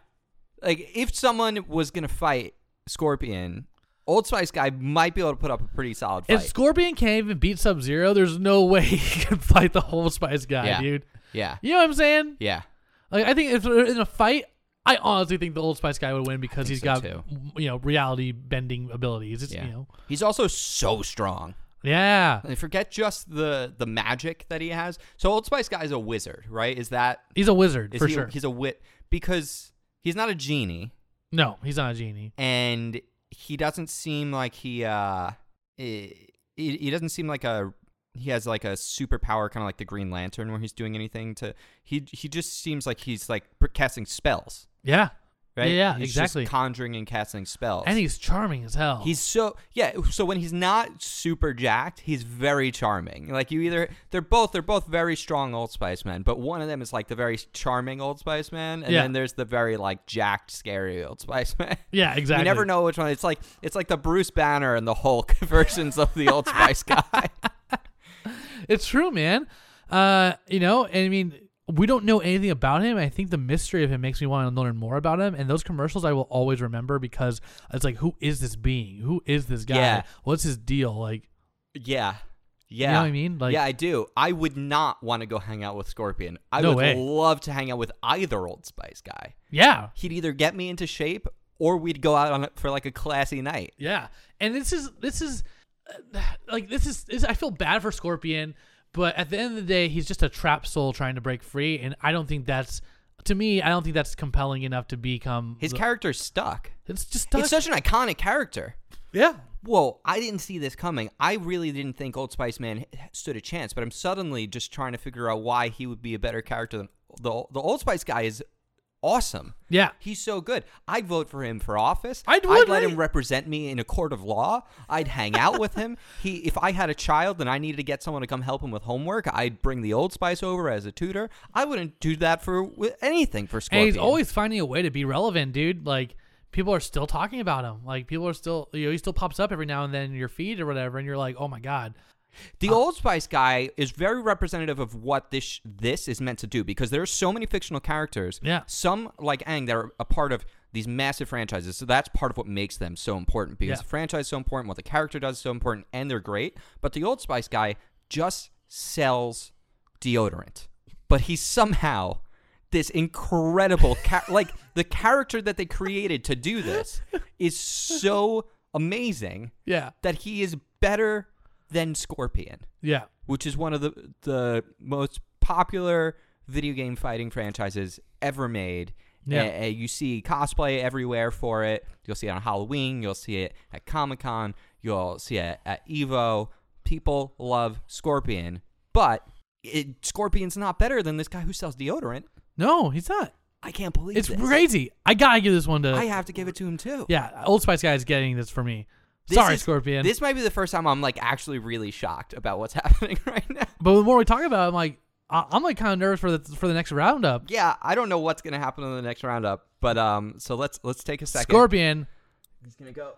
[SPEAKER 2] Like if someone was gonna fight Scorpion, Old Spice guy might be able to put up a pretty solid fight.
[SPEAKER 1] if Scorpion can't even beat Sub Zero there's no way he can fight the Old Spice guy
[SPEAKER 2] Yeah.
[SPEAKER 1] dude
[SPEAKER 2] yeah,
[SPEAKER 1] you know what I'm saying
[SPEAKER 2] yeah,
[SPEAKER 1] Like I think if they're in a fight, I honestly think the Old Spice guy would win because he's
[SPEAKER 2] so,
[SPEAKER 1] got
[SPEAKER 2] too.
[SPEAKER 1] m- you know reality bending abilities. It's
[SPEAKER 2] yeah.
[SPEAKER 1] you know
[SPEAKER 2] He's also so strong.
[SPEAKER 1] yeah.
[SPEAKER 2] And forget just the the magic that he has. So Old Spice guy is a wizard, right? Is that
[SPEAKER 1] He's a wizard
[SPEAKER 2] Is
[SPEAKER 1] for
[SPEAKER 2] he,
[SPEAKER 1] sure.
[SPEAKER 2] He's a wit because he's not a genie,
[SPEAKER 1] no, he's not a genie.
[SPEAKER 2] and he doesn't seem like he uh he, he doesn't seem like a he has like a superpower kind of like the Green Lantern where he's doing anything to he he just seems like he's like pr- casting spells,
[SPEAKER 1] Yeah,
[SPEAKER 2] right?
[SPEAKER 1] Yeah,
[SPEAKER 2] He's just
[SPEAKER 1] exactly.
[SPEAKER 2] conjuring and casting spells.
[SPEAKER 1] and he's charming as hell.
[SPEAKER 2] He's so yeah. So when he's not super jacked, he's very charming. Like you either they're both they're both very strong Old Spice men, but one of them is like the very charming Old Spice man, and
[SPEAKER 1] Yeah.
[SPEAKER 2] then there's the very like jacked, scary Old Spice man.
[SPEAKER 1] yeah, exactly.
[SPEAKER 2] You never know which one. It's like it's like the Bruce Banner and the Hulk versions of the Old Spice guy.
[SPEAKER 1] It's true, man. Uh, you know, and I mean, we don't know anything about him. I think the mystery of him makes me want to learn more about him. And those commercials I will always remember because it's like, who is this being? Who is this guy?
[SPEAKER 2] Yeah.
[SPEAKER 1] What's his deal? Like,
[SPEAKER 2] yeah. Yeah.
[SPEAKER 1] you know what I mean? Like,
[SPEAKER 2] yeah, I do. I would not want to go hang out with Scorpion. I
[SPEAKER 1] No
[SPEAKER 2] would
[SPEAKER 1] way.
[SPEAKER 2] love to hang out with either Old Spice guy.
[SPEAKER 1] yeah,
[SPEAKER 2] He'd either get me into shape or we'd go out on it for like a classy night.
[SPEAKER 1] Yeah, and this is this is uh, like this is, this I feel bad for Scorpion, but at the end of the day, he's just a trap soul trying to break free, and I don't think that's to me. I don't think that's compelling enough to become
[SPEAKER 2] His
[SPEAKER 1] the-
[SPEAKER 2] character's stuck.
[SPEAKER 1] It's just tough.
[SPEAKER 2] It's such an iconic character.
[SPEAKER 1] yeah,
[SPEAKER 2] Whoa, I didn't see this coming. I really didn't think Old Spice Man h- stood a chance, but I'm suddenly just trying to figure out why he would be a better character than the the Old Spice guy is awesome.
[SPEAKER 1] yeah.
[SPEAKER 2] He's so good. I'd vote for him for office.
[SPEAKER 1] I'd
[SPEAKER 2] I'd
[SPEAKER 1] would,
[SPEAKER 2] let
[SPEAKER 1] right?
[SPEAKER 2] him represent me in a court of law. I'd hang out with him. He, if I had a child and I needed to get someone to come help him with homework, I'd bring the Old Spice over as a tutor. I wouldn't do that for wi- anything for Scorpion.
[SPEAKER 1] And he's always finding a way to be relevant, dude. Like people are still talking about him. Like people are still you know he still pops up every now and then in your feed or whatever, and you're like, oh my god, Uh,
[SPEAKER 2] The Old Spice guy is very representative of what this sh- this is meant to do because there are so many fictional characters.
[SPEAKER 1] Yeah.
[SPEAKER 2] Some like Aang that are a part of these massive franchises. So that's part of what makes them so important because
[SPEAKER 1] Yeah.
[SPEAKER 2] the franchise is so important, what the character does is so important, and they're great. But the Old Spice guy just sells deodorant. But he's somehow this incredible ca- like the character that they created to do this is so amazing
[SPEAKER 1] yeah,
[SPEAKER 2] that he is better than Scorpion,
[SPEAKER 1] yeah,
[SPEAKER 2] which is one of the the most popular video game fighting franchises ever made.
[SPEAKER 1] Yeah.
[SPEAKER 2] Eh, eh, you see cosplay everywhere for it. You'll see it on Halloween. You'll see it at Comic Con. You'll see it at Evo. People love Scorpion, but it, Scorpion's not better than this guy who sells deodorant.
[SPEAKER 1] No, he's not.
[SPEAKER 2] I can't believe
[SPEAKER 1] It's
[SPEAKER 2] this.
[SPEAKER 1] crazy. I gotta give this one to.
[SPEAKER 2] I have to give it to him too.
[SPEAKER 1] yeah, Old Spice guy is getting this for me.
[SPEAKER 2] This
[SPEAKER 1] Sorry,
[SPEAKER 2] is-
[SPEAKER 1] Scorpion.
[SPEAKER 2] This might be the first time I'm like actually really shocked about what's happening right now.
[SPEAKER 1] but the more we talk about, it, I'm like, I- I'm like kind of nervous for the for the next roundup.
[SPEAKER 2] Yeah, I don't know what's gonna happen in the next roundup, but um, so let's let's take a second.
[SPEAKER 1] Scorpion,
[SPEAKER 2] He's gonna go.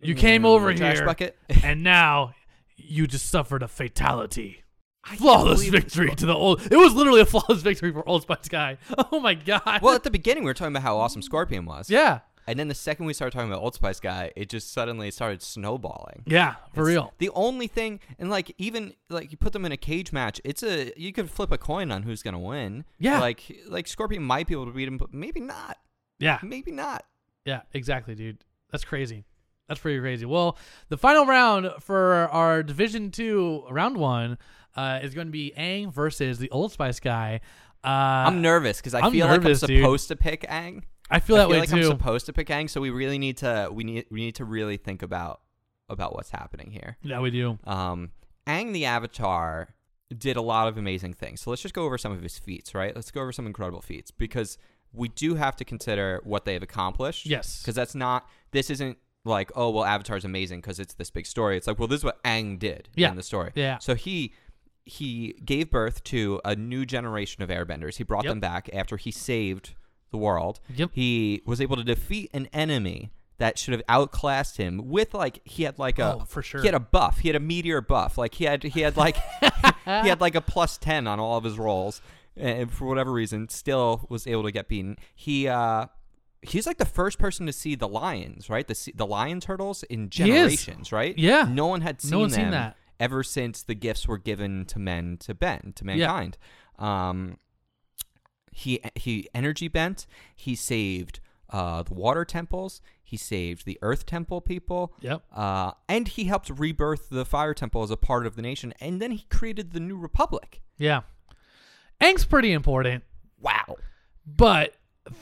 [SPEAKER 1] you came over
[SPEAKER 2] in the trash
[SPEAKER 1] here,
[SPEAKER 2] bucket.
[SPEAKER 1] and now you just suffered a fatality.
[SPEAKER 2] can't
[SPEAKER 1] Flawless
[SPEAKER 2] believe it.
[SPEAKER 1] victory to the old. It was literally a flawless victory for Old Spice guy. Oh my god.
[SPEAKER 2] Well, at the beginning we were talking about how awesome Scorpion was.
[SPEAKER 1] Yeah.
[SPEAKER 2] And then the second we started talking about Old Spice guy, it just suddenly started snowballing.
[SPEAKER 1] Yeah. For real.
[SPEAKER 2] The only thing, and like even like you put them in a cage match, it's a you could flip a coin on who's gonna win.
[SPEAKER 1] Yeah.
[SPEAKER 2] Like like Scorpion might be able to beat him, but maybe not.
[SPEAKER 1] Yeah.
[SPEAKER 2] Maybe not.
[SPEAKER 1] Yeah, exactly, dude. That's crazy. That's pretty crazy. Well, the final round for our Division Two round one uh, is going to be Aang versus the Old Spice guy. Uh,
[SPEAKER 2] I'm nervous because I
[SPEAKER 1] I'm
[SPEAKER 2] feel
[SPEAKER 1] nervous,
[SPEAKER 2] like
[SPEAKER 1] dude.
[SPEAKER 2] I'm supposed to pick Ang.
[SPEAKER 1] I feel
[SPEAKER 2] I
[SPEAKER 1] that
[SPEAKER 2] feel
[SPEAKER 1] way
[SPEAKER 2] like I'm
[SPEAKER 1] too.
[SPEAKER 2] supposed to pick Ang, so we really need to we need we need to really think about about what's happening here.
[SPEAKER 1] yeah, we do.
[SPEAKER 2] Um, Aang the Avatar did a lot of amazing things. So let's just go over some of his feats, right? Let's go over some incredible feats because we do have to consider what they've accomplished.
[SPEAKER 1] Yes.
[SPEAKER 2] Because that's not, this isn't like, oh, well, Avatar's amazing because it's this big story. It's like, well, this is what Aang did
[SPEAKER 1] Yeah.
[SPEAKER 2] in the story.
[SPEAKER 1] Yeah.
[SPEAKER 2] So he. He gave birth to a new generation of airbenders. He brought
[SPEAKER 1] Yep.
[SPEAKER 2] them back after he saved the world.
[SPEAKER 1] Yep.
[SPEAKER 2] He was able to defeat an enemy that should have outclassed him with like he had like a
[SPEAKER 1] Oh, for sure.
[SPEAKER 2] he had a buff. He had a meteor buff. Like he had he had like he had like a plus ten on all of his rolls, and for whatever reason, still was able to get beaten. He uh, he's like the first person to see the lions, right? The se- the lion turtles in
[SPEAKER 1] is.
[SPEAKER 2] generations, right?
[SPEAKER 1] Yeah.
[SPEAKER 2] no one had seen
[SPEAKER 1] No one's
[SPEAKER 2] them
[SPEAKER 1] seen that.
[SPEAKER 2] ever since the gifts were given to men to bend to mankind. Um, he he energy bent. He saved uh, the water temples. He saved the earth temple people.
[SPEAKER 1] Yep.
[SPEAKER 2] Uh, and he helped rebirth the fire temple as a part of the nation. And then he created the new republic.
[SPEAKER 1] Yeah. Aang's pretty important,
[SPEAKER 2] Wow.
[SPEAKER 1] but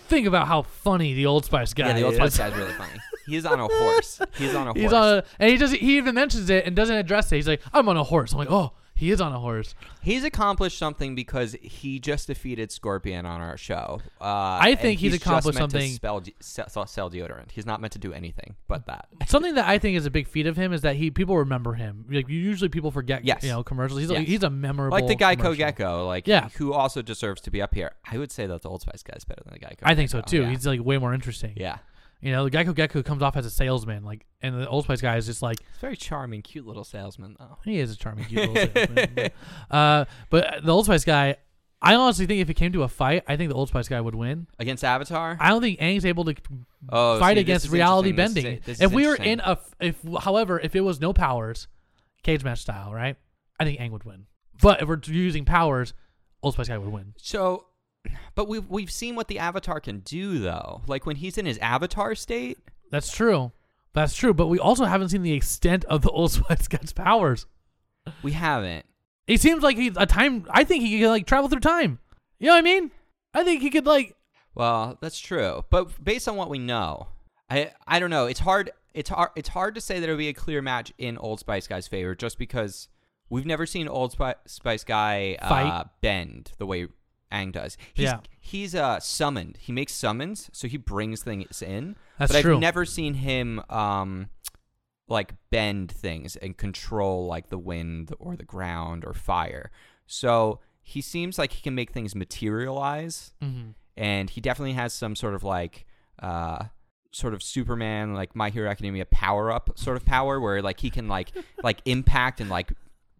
[SPEAKER 1] think about how funny the Old Spice guy
[SPEAKER 2] Yeah, the old
[SPEAKER 1] is.
[SPEAKER 2] Spice guy's really funny. He's on a horse. He's on a horse.
[SPEAKER 1] He's on, a, and he does. He even mentions it and doesn't address it. He's like, "I'm on a horse." I'm like, "Oh, he is on a horse."
[SPEAKER 2] he's accomplished something because he just defeated Scorpion on our show. Uh,
[SPEAKER 1] I
[SPEAKER 2] and
[SPEAKER 1] think he's
[SPEAKER 2] just
[SPEAKER 1] accomplished
[SPEAKER 2] meant to
[SPEAKER 1] something-
[SPEAKER 2] spell- sell, sell deodorant. He's not meant to do anything but that.
[SPEAKER 1] Something that I think is a big feat of him is that he people remember him. Like usually people forget,
[SPEAKER 2] Yes.
[SPEAKER 1] you know, commercials. He's like
[SPEAKER 2] Yes.
[SPEAKER 1] he's a memorable,
[SPEAKER 2] Like the Geico
[SPEAKER 1] commercial.
[SPEAKER 2] Gecko, like
[SPEAKER 1] Yeah.
[SPEAKER 2] who also deserves to be up here. I would say that the Old Spice guy's better than the Geico.
[SPEAKER 1] I think so
[SPEAKER 2] Gecko,
[SPEAKER 1] too.
[SPEAKER 2] Oh, yeah.
[SPEAKER 1] He's like way more interesting.
[SPEAKER 2] yeah,
[SPEAKER 1] You know, the Geico Gecko comes off as a salesman, like, and the Old Spice guy is just like
[SPEAKER 2] he's a very charming, cute little salesman though.
[SPEAKER 1] he is a charming, cute little salesman. But, uh, but the Old Spice guy, I honestly think if it came to a fight, I think the Old Spice guy would win.
[SPEAKER 2] Against Avatar,
[SPEAKER 1] I don't think Aang's able to
[SPEAKER 2] oh,
[SPEAKER 1] fight
[SPEAKER 2] see, this
[SPEAKER 1] against
[SPEAKER 2] is
[SPEAKER 1] reality
[SPEAKER 2] interesting. This is-
[SPEAKER 1] bending.
[SPEAKER 2] this is
[SPEAKER 1] if we were
[SPEAKER 2] interesting.
[SPEAKER 1] in a, f- if however, if it was no powers, cage match style, right? I think Aang would win. But if we're using powers, Old Spice guy would win.
[SPEAKER 2] So, but we've we've seen what the avatar can do though. Like when he's in his avatar state,
[SPEAKER 1] That's true. That's true. But we also haven't seen the extent of the Old Spice guy's powers.
[SPEAKER 2] we haven't.
[SPEAKER 1] He seems like he's a time. I think he could like travel through time. You know what I mean? I think he could like.
[SPEAKER 2] Well, that's true. But based on what we know, I I don't know. It's hard. It's hard. It's hard to say that it'll be a clear match in Old Spice Guy's favor, just because we've never seen Old Spi- Spice Guy uh,
[SPEAKER 1] Fight.
[SPEAKER 2] bend the way Ang does. He's,
[SPEAKER 1] Yeah.
[SPEAKER 2] He's uh summoned. He makes summons, so he brings things in.
[SPEAKER 1] That's
[SPEAKER 2] but
[SPEAKER 1] true.
[SPEAKER 2] I've never seen him um like bend things and control like the wind or the ground or fire. So he seems like he can make things materialize
[SPEAKER 1] Mhm.
[SPEAKER 2] and he definitely has some sort of like uh sort of superman like my hero academia power up sort of power where like he can like like impact and like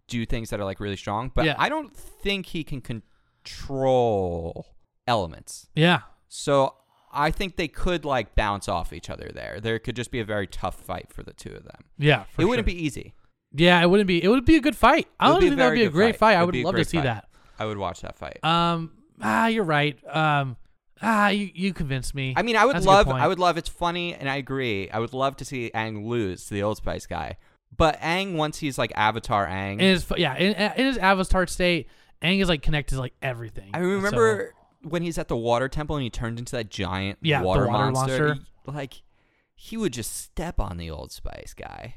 [SPEAKER 2] do things that are like really strong but
[SPEAKER 1] Yeah.
[SPEAKER 2] i don't think he can control elements
[SPEAKER 1] Yeah.
[SPEAKER 2] so i think they could like bounce off each other there there could just be a very tough fight for the two of them
[SPEAKER 1] Yeah.
[SPEAKER 2] it wouldn't be easy
[SPEAKER 1] Yeah, it wouldn't be. It would be a good fight. I
[SPEAKER 2] It would
[SPEAKER 1] don't
[SPEAKER 2] be a
[SPEAKER 1] think that would
[SPEAKER 2] very
[SPEAKER 1] be a
[SPEAKER 2] good
[SPEAKER 1] great
[SPEAKER 2] fight.
[SPEAKER 1] fight. I
[SPEAKER 2] It'd
[SPEAKER 1] would
[SPEAKER 2] be a
[SPEAKER 1] love to
[SPEAKER 2] great
[SPEAKER 1] see
[SPEAKER 2] fight.
[SPEAKER 1] that.
[SPEAKER 2] i would watch that fight
[SPEAKER 1] Um. Ah, you're right. Um. Ah, you, you convinced me.
[SPEAKER 2] I mean, I would
[SPEAKER 1] That's a good
[SPEAKER 2] love,
[SPEAKER 1] point.
[SPEAKER 2] I would love. It's funny, and I agree. I would love to see Ang lose to the Old Spice guy, but Ang once he's like Avatar Ang.
[SPEAKER 1] In his yeah, in, in his avatar state, Aang is like connected to like everything.
[SPEAKER 2] I remember when he's at the water temple and he turned into that giant
[SPEAKER 1] Yeah, the
[SPEAKER 2] water,
[SPEAKER 1] water
[SPEAKER 2] monster,
[SPEAKER 1] monster.
[SPEAKER 2] he- like he would just step on the old spice guy.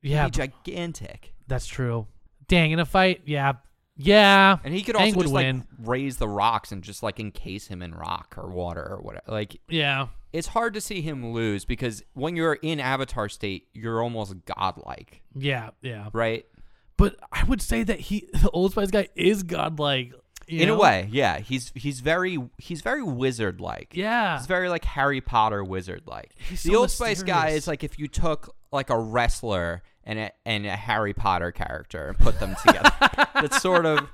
[SPEAKER 1] Yeah,
[SPEAKER 2] He'd be gigantic.
[SPEAKER 1] that's true. Dang, in a fight, yeah, yeah.
[SPEAKER 2] And he could
[SPEAKER 1] Aang
[SPEAKER 2] also
[SPEAKER 1] would
[SPEAKER 2] just
[SPEAKER 1] win.
[SPEAKER 2] like raise the rocks and just like encase him in rock or water or whatever. Like
[SPEAKER 1] Yeah,
[SPEAKER 2] it's hard to see him lose because when you're in avatar state, you're almost godlike,
[SPEAKER 1] yeah, yeah.
[SPEAKER 2] right?
[SPEAKER 1] But I would say that he, the Old Spice guy, is godlike you
[SPEAKER 2] in a
[SPEAKER 1] know?
[SPEAKER 2] way, yeah. He's he's very he's very wizard like.
[SPEAKER 1] Yeah,
[SPEAKER 2] He's very like Harry Potter wizard like.
[SPEAKER 1] He's
[SPEAKER 2] The
[SPEAKER 1] so
[SPEAKER 2] Old Spice guy
[SPEAKER 1] mysterious.
[SPEAKER 2] is like if you took like a wrestler and a, and a Harry Potter character and put them together. That's sort of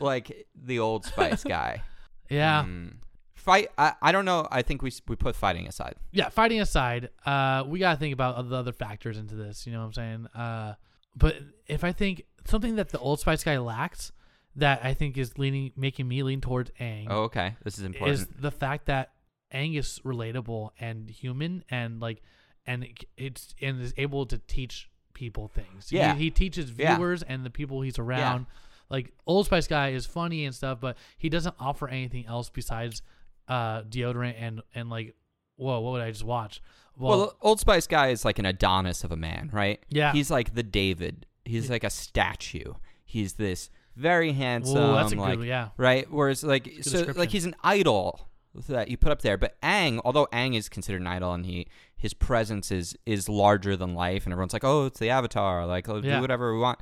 [SPEAKER 2] like the Old Spice guy.
[SPEAKER 1] yeah,
[SPEAKER 2] Mm. Fight. I, I don't know. I think we s- we put fighting aside.
[SPEAKER 1] yeah. Fighting aside, uh, we gotta think about the other factors into this. You know what I'm saying? Uh, but if I think something that the Old Spice guy lacks, that I think is leaning, making me lean towards Aang.
[SPEAKER 2] Oh, okay. This is important.
[SPEAKER 1] is the fact that Aang is relatable and human and like and it- it's and is able to teach people things. He-
[SPEAKER 2] Yeah.
[SPEAKER 1] he, teaches
[SPEAKER 2] Yeah.
[SPEAKER 1] viewers and the people he's around. Like Old Spice guy is funny and stuff, but he doesn't offer anything else besides uh deodorant and and like whoa, what would I just watch?
[SPEAKER 2] well, the Old Spice guy is like an Adonis of a man, right?
[SPEAKER 1] Yeah.
[SPEAKER 2] He's like the David. He's like a statue. He's this very handsome.
[SPEAKER 1] whoa, that's a good
[SPEAKER 2] like,
[SPEAKER 1] one, yeah.
[SPEAKER 2] right? Whereas like so
[SPEAKER 1] description.
[SPEAKER 2] like he's an idol that you put up there. But Aang, although Aang is considered an idol and he his presence is is larger than life, and everyone's like, oh, it's the Avatar, like oh,
[SPEAKER 1] Yeah.
[SPEAKER 2] do whatever we want.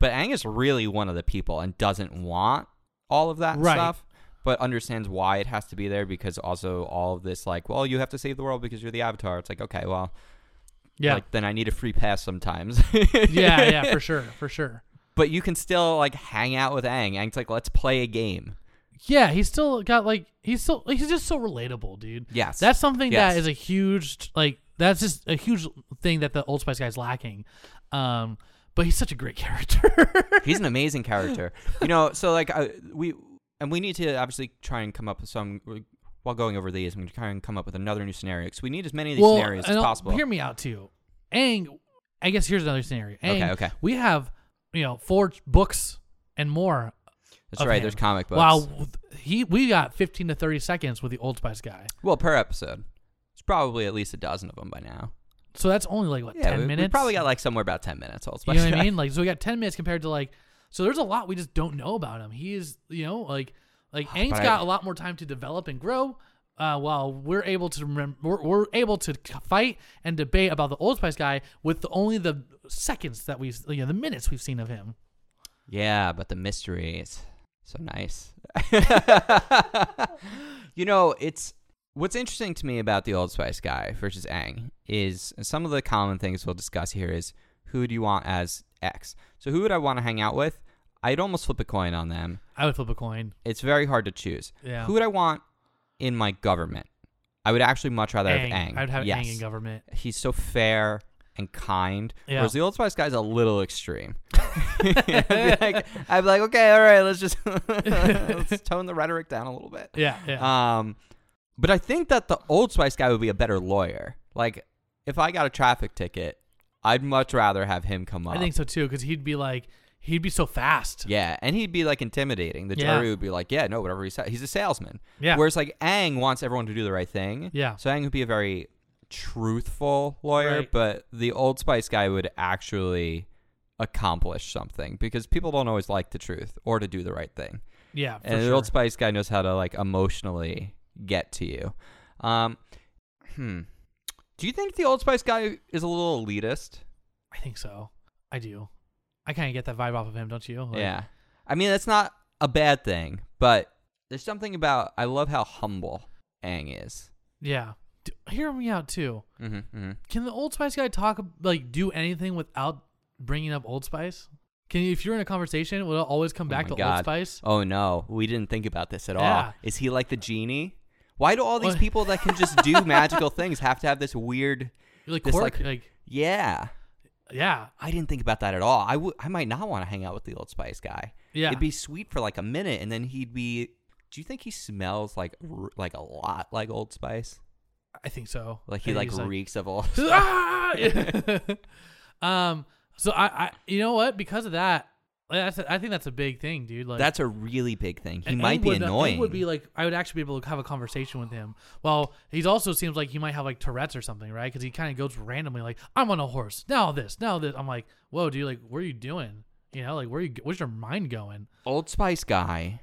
[SPEAKER 2] But Aang is really one of the people and doesn't want all of that
[SPEAKER 1] Right.
[SPEAKER 2] stuff. But understands why it has to be there because also all of this like, well, you have to save the world because you're the Avatar. It's like, okay, well,
[SPEAKER 1] Yeah.
[SPEAKER 2] like, then I need a free pass sometimes.
[SPEAKER 1] yeah, yeah, for sure, for sure.
[SPEAKER 2] But you can still like hang out with Aang. Aang's like, let's play a game.
[SPEAKER 1] Yeah, he's still got like he's still he's just so relatable, dude.
[SPEAKER 2] Yes.
[SPEAKER 1] That's something
[SPEAKER 2] Yes.
[SPEAKER 1] that is a huge like that's just a huge thing that the Old Spice guy's lacking. Um but he's such a great character.
[SPEAKER 2] He's an amazing character. You know, so like I, we and we need to obviously try and come up with some while going over these. I'm going to try and come up with another new scenario because we need as many of these scenarios as
[SPEAKER 1] and I'll-
[SPEAKER 2] possible.
[SPEAKER 1] Hear me out too. Aang I guess here's another scenario. Aang,
[SPEAKER 2] Okay, okay.
[SPEAKER 1] We have, you know, four books and more.
[SPEAKER 2] That's
[SPEAKER 1] of
[SPEAKER 2] right.
[SPEAKER 1] him.
[SPEAKER 2] There's comic books.
[SPEAKER 1] Wow, he we got 15 to 30 seconds with the Old Spice guy.
[SPEAKER 2] Well, per episode, there's probably at least a dozen of them by now.
[SPEAKER 1] So that's only like what
[SPEAKER 2] Yeah,
[SPEAKER 1] 10
[SPEAKER 2] we, we
[SPEAKER 1] minutes.
[SPEAKER 2] probably got like somewhere about ten minutes. All
[SPEAKER 1] You know what I mean? Like, so we got ten minutes compared to like, so there's a lot we just don't know about him. He is, you know, like, like Aang's
[SPEAKER 2] But I-
[SPEAKER 1] got a lot more time to develop and grow, uh, while we're able to remember, we're, we're able to c- fight and debate about the Old Spice guy with the, only the seconds that we've, you know, the minutes we've seen of him.
[SPEAKER 2] Yeah, but the mystery is so nice. you know, it's what's interesting to me about the Old Spice guy versus Aang is some of the common things we'll discuss here is who do you want as X? So who would I want to hang out with? I'd almost flip a coin on them.
[SPEAKER 1] I would flip a coin.
[SPEAKER 2] It's very hard to choose.
[SPEAKER 1] Yeah.
[SPEAKER 2] Who would I want in my government? I would actually much rather
[SPEAKER 1] Aang.
[SPEAKER 2] have Aang.
[SPEAKER 1] I would have
[SPEAKER 2] yes.
[SPEAKER 1] Aang in government.
[SPEAKER 2] He's so fair and kind.
[SPEAKER 1] Yeah.
[SPEAKER 2] Whereas the Old Spice guy's a little extreme. I'd, be like, I'd be like, okay, all right, let's just let's tone the rhetoric down a little bit.
[SPEAKER 1] Yeah, yeah,
[SPEAKER 2] Um, but I think that the Old Spice guy would be a better lawyer. Like, if I got a traffic ticket, I'd much rather have him come up.
[SPEAKER 1] I think so too, because he'd be like, he'd be so fast.
[SPEAKER 2] Yeah, and he'd be like intimidating. The
[SPEAKER 1] Yeah.
[SPEAKER 2] jury would be like, yeah, no, whatever he said. He's a salesman.
[SPEAKER 1] Yeah.
[SPEAKER 2] Whereas like Aang wants everyone to do the right thing.
[SPEAKER 1] Yeah.
[SPEAKER 2] So Aang would be a very truthful lawyer,
[SPEAKER 1] Right.
[SPEAKER 2] but the Old Spice guy would actually accomplish something because people don't always like the truth or to do the right thing.
[SPEAKER 1] yeah, for
[SPEAKER 2] and the
[SPEAKER 1] sure.
[SPEAKER 2] Old Spice guy knows how to like emotionally get to you. Um, hmm. Do you think the Old Spice guy is a little elitist?
[SPEAKER 1] I think so. I do. I kind of get that vibe off of him, don't you? Like,
[SPEAKER 2] yeah. I mean, that's not a bad thing, but there's something about I love how humble Aang is.
[SPEAKER 1] Yeah. D- hear me out too.
[SPEAKER 2] Mm-hmm, mm-hmm.
[SPEAKER 1] Can the Old Spice guy talk ab- like do anything without bringing up Old Spice? Can you, if you're in a conversation, will it always come
[SPEAKER 2] Oh
[SPEAKER 1] back
[SPEAKER 2] my
[SPEAKER 1] to Old
[SPEAKER 2] God.
[SPEAKER 1] Spice?
[SPEAKER 2] Oh no, we didn't think about this at
[SPEAKER 1] Yeah.
[SPEAKER 2] all. Is he like the genie? Why do all these
[SPEAKER 1] What?
[SPEAKER 2] people that can just do magical things have to have this weird?
[SPEAKER 1] Like
[SPEAKER 2] Just
[SPEAKER 1] quirk, like,
[SPEAKER 2] like- Yeah,
[SPEAKER 1] yeah,
[SPEAKER 2] I didn't think about that at all. I would, I might not want to hang out with the Old Spice guy.
[SPEAKER 1] yeah.
[SPEAKER 2] It'd be sweet for like a minute, and then he'd be. Do you think he smells like r- like a lot like Old Spice?
[SPEAKER 1] I think so.
[SPEAKER 2] Like he
[SPEAKER 1] I
[SPEAKER 2] like
[SPEAKER 1] think he's
[SPEAKER 2] reeks of old.
[SPEAKER 1] Ah! um. So I, I, you know what? Because of that, That's a, I think that's a big thing, dude. Like
[SPEAKER 2] That's a really big thing. He
[SPEAKER 1] and
[SPEAKER 2] might
[SPEAKER 1] Aang
[SPEAKER 2] be
[SPEAKER 1] would, Aang
[SPEAKER 2] annoying.
[SPEAKER 1] Would be like I would actually be able to have a conversation with him. Well, he also seems like he might have like Tourette's or something, right? Because he kind of goes randomly like I'm on a horse now. This now this. I'm like, whoa, dude. Like, what are you doing? You know, like where you where's your mind going?
[SPEAKER 2] Old Spice guy.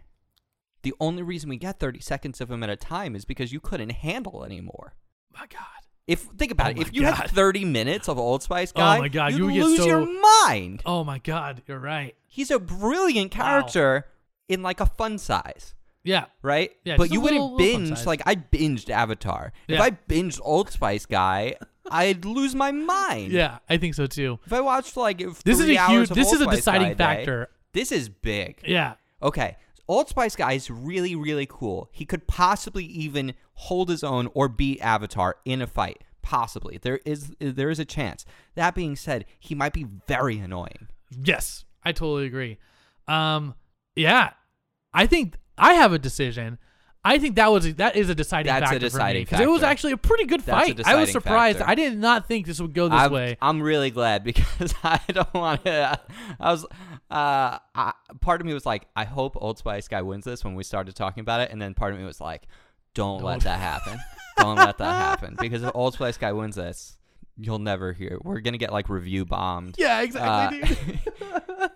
[SPEAKER 2] The only reason we get 30 seconds of him at a time is because you couldn't handle anymore.
[SPEAKER 1] My God.
[SPEAKER 2] If think about
[SPEAKER 1] Oh
[SPEAKER 2] it,
[SPEAKER 1] my
[SPEAKER 2] if you had
[SPEAKER 1] God.
[SPEAKER 2] 30 minutes of Old Spice
[SPEAKER 1] Oh
[SPEAKER 2] guy,
[SPEAKER 1] my God,
[SPEAKER 2] you'd
[SPEAKER 1] you would get
[SPEAKER 2] lose
[SPEAKER 1] so-
[SPEAKER 2] your mind.
[SPEAKER 1] Oh my God. You're right.
[SPEAKER 2] He's a brilliant
[SPEAKER 1] Wow.
[SPEAKER 2] character in like a fun size.
[SPEAKER 1] Yeah.
[SPEAKER 2] right?
[SPEAKER 1] Yeah,
[SPEAKER 2] but
[SPEAKER 1] just a
[SPEAKER 2] you
[SPEAKER 1] little-
[SPEAKER 2] wouldn't
[SPEAKER 1] little fun
[SPEAKER 2] binge
[SPEAKER 1] size.
[SPEAKER 2] like I binged Avatar. If
[SPEAKER 1] Yeah.
[SPEAKER 2] I binged Old Spice guy, I'd lose my mind.
[SPEAKER 1] Yeah. I think so too.
[SPEAKER 2] If I watched like if
[SPEAKER 1] This
[SPEAKER 2] three
[SPEAKER 1] is a
[SPEAKER 2] hours
[SPEAKER 1] huge.
[SPEAKER 2] of
[SPEAKER 1] This
[SPEAKER 2] Old
[SPEAKER 1] is a
[SPEAKER 2] Spice
[SPEAKER 1] deciding
[SPEAKER 2] Guy a day,
[SPEAKER 1] factor.
[SPEAKER 2] this is big.
[SPEAKER 1] Yeah.
[SPEAKER 2] Okay. Old Spice guy is really really cool. He could possibly even hold his own or beat Avatar in a fight. Possibly. There is there is a chance. That being said, he might be very annoying.
[SPEAKER 1] Yes, I totally agree. Um, yeah, I think I have a decision. I think that was that is a deciding
[SPEAKER 2] That's a
[SPEAKER 1] factor
[SPEAKER 2] deciding
[SPEAKER 1] because it was
[SPEAKER 2] factor.
[SPEAKER 1] actually a pretty good
[SPEAKER 2] That's a
[SPEAKER 1] fight. I was
[SPEAKER 2] deciding
[SPEAKER 1] surprised.
[SPEAKER 2] factor.
[SPEAKER 1] I did not think this would go this
[SPEAKER 2] I'm,
[SPEAKER 1] way.
[SPEAKER 2] I'm really glad because I don't want to. I was, uh, I, part of me was like, I hope Old Spice guy wins this when we started talking about it, and then part of me was like, don't let
[SPEAKER 1] Don't.
[SPEAKER 2] that happen. don't let that happen because if Old Spice guy wins this, you'll never hear. We're gonna get like review bombed.
[SPEAKER 1] Yeah,
[SPEAKER 2] exactly,
[SPEAKER 1] dude.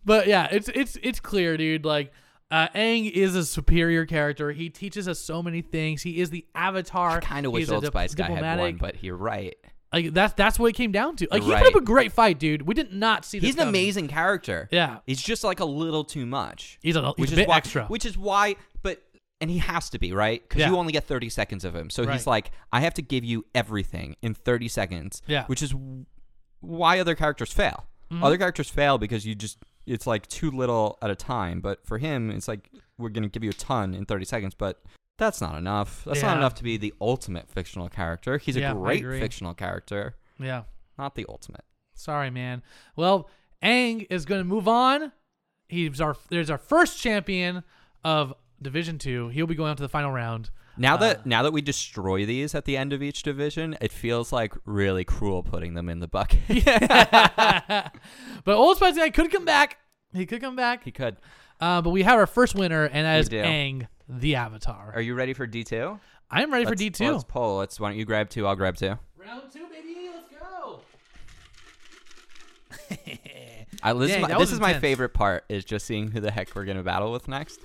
[SPEAKER 1] but yeah, it's it's it's clear, dude. Like, uh, Aang is a superior character. He teaches us so many things. He is the Avatar.
[SPEAKER 2] I kind of
[SPEAKER 1] He's
[SPEAKER 2] wish
[SPEAKER 1] a
[SPEAKER 2] Old
[SPEAKER 1] dip-
[SPEAKER 2] Spice guy had won,
[SPEAKER 1] diplomatic.
[SPEAKER 2] but you're right.
[SPEAKER 1] like that's that's what it came down to. Like
[SPEAKER 2] You're
[SPEAKER 1] he put
[SPEAKER 2] right.
[SPEAKER 1] up a great fight, dude. We did not see. This
[SPEAKER 2] He's an
[SPEAKER 1] coming.
[SPEAKER 2] amazing character.
[SPEAKER 1] Yeah,
[SPEAKER 2] He's just like a little too much.
[SPEAKER 1] he's a, he's
[SPEAKER 2] which
[SPEAKER 1] a
[SPEAKER 2] is
[SPEAKER 1] bit
[SPEAKER 2] why,
[SPEAKER 1] extra.
[SPEAKER 2] Which is why, but and he has to be right because
[SPEAKER 1] Yeah.
[SPEAKER 2] you only get thirty seconds of him. So he's
[SPEAKER 1] Right.
[SPEAKER 2] like, I have to give you everything in thirty seconds.
[SPEAKER 1] Yeah. Mm-hmm.
[SPEAKER 2] which is w- why other characters fail. Other characters fail because you just it's like too little at a time. But for him, it's like we're gonna give you a ton in thirty seconds, but. That's not enough. That's not
[SPEAKER 1] Yeah.
[SPEAKER 2] enough to be the ultimate fictional character. He's a
[SPEAKER 1] Yeah, I
[SPEAKER 2] great
[SPEAKER 1] agree.
[SPEAKER 2] fictional character,
[SPEAKER 1] yeah.
[SPEAKER 2] not the ultimate.
[SPEAKER 1] Sorry, man. Well, Aang is going to move on. He's our there's our first champion of Division Two. He'll be going on to the final round.
[SPEAKER 2] Now
[SPEAKER 1] Uh.
[SPEAKER 2] that now that we destroy these at the end of each division, it feels like really cruel putting them in the bucket.
[SPEAKER 1] but Old Spice guy could come back. He could come back.
[SPEAKER 2] He could.
[SPEAKER 1] Uh, but we have our first winner, and that
[SPEAKER 2] We
[SPEAKER 1] is
[SPEAKER 2] do.
[SPEAKER 1] Aang the Avatar.
[SPEAKER 2] Are you ready for D two?
[SPEAKER 1] I'm ready for D two.
[SPEAKER 2] Let's poll. Let's. Why don't you grab two? I'll grab two.
[SPEAKER 1] Round two, baby. Let's go.
[SPEAKER 2] I, this
[SPEAKER 1] Dang,
[SPEAKER 2] is my,
[SPEAKER 1] that
[SPEAKER 2] this
[SPEAKER 1] was
[SPEAKER 2] is my
[SPEAKER 1] intense.
[SPEAKER 2] favorite part. Is just seeing who the heck we're gonna battle with next.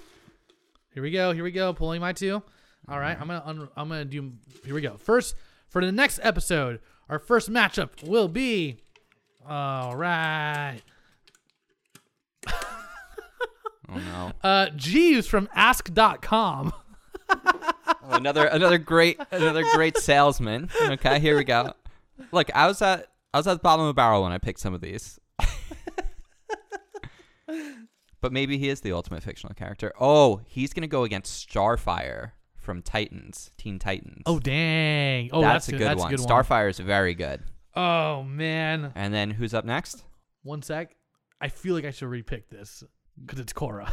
[SPEAKER 1] Here we go. Here we go. Pulling my two. All right.
[SPEAKER 2] Mm-hmm.
[SPEAKER 1] I'm gonna un- I'm gonna do. Here we go. First for the next episode, our first matchup will be. All right.
[SPEAKER 2] Oh no!
[SPEAKER 1] Uh, Jeeves from Ask.com.
[SPEAKER 2] Oh, another another great another great salesman. Okay, here we go. Look, I was at I was at the bottom of the barrel when I picked some of these. but maybe he is the ultimate fictional character. Oh, he's gonna go against Starfire from Titans, Teen Titans.
[SPEAKER 1] Oh dang. Oh,
[SPEAKER 2] that's, a good
[SPEAKER 1] that's
[SPEAKER 2] one.
[SPEAKER 1] A good one.
[SPEAKER 2] Starfire is very good.
[SPEAKER 1] Oh man.
[SPEAKER 2] And then who's up next?
[SPEAKER 1] One sec. I feel like I should repick this because it's Cora.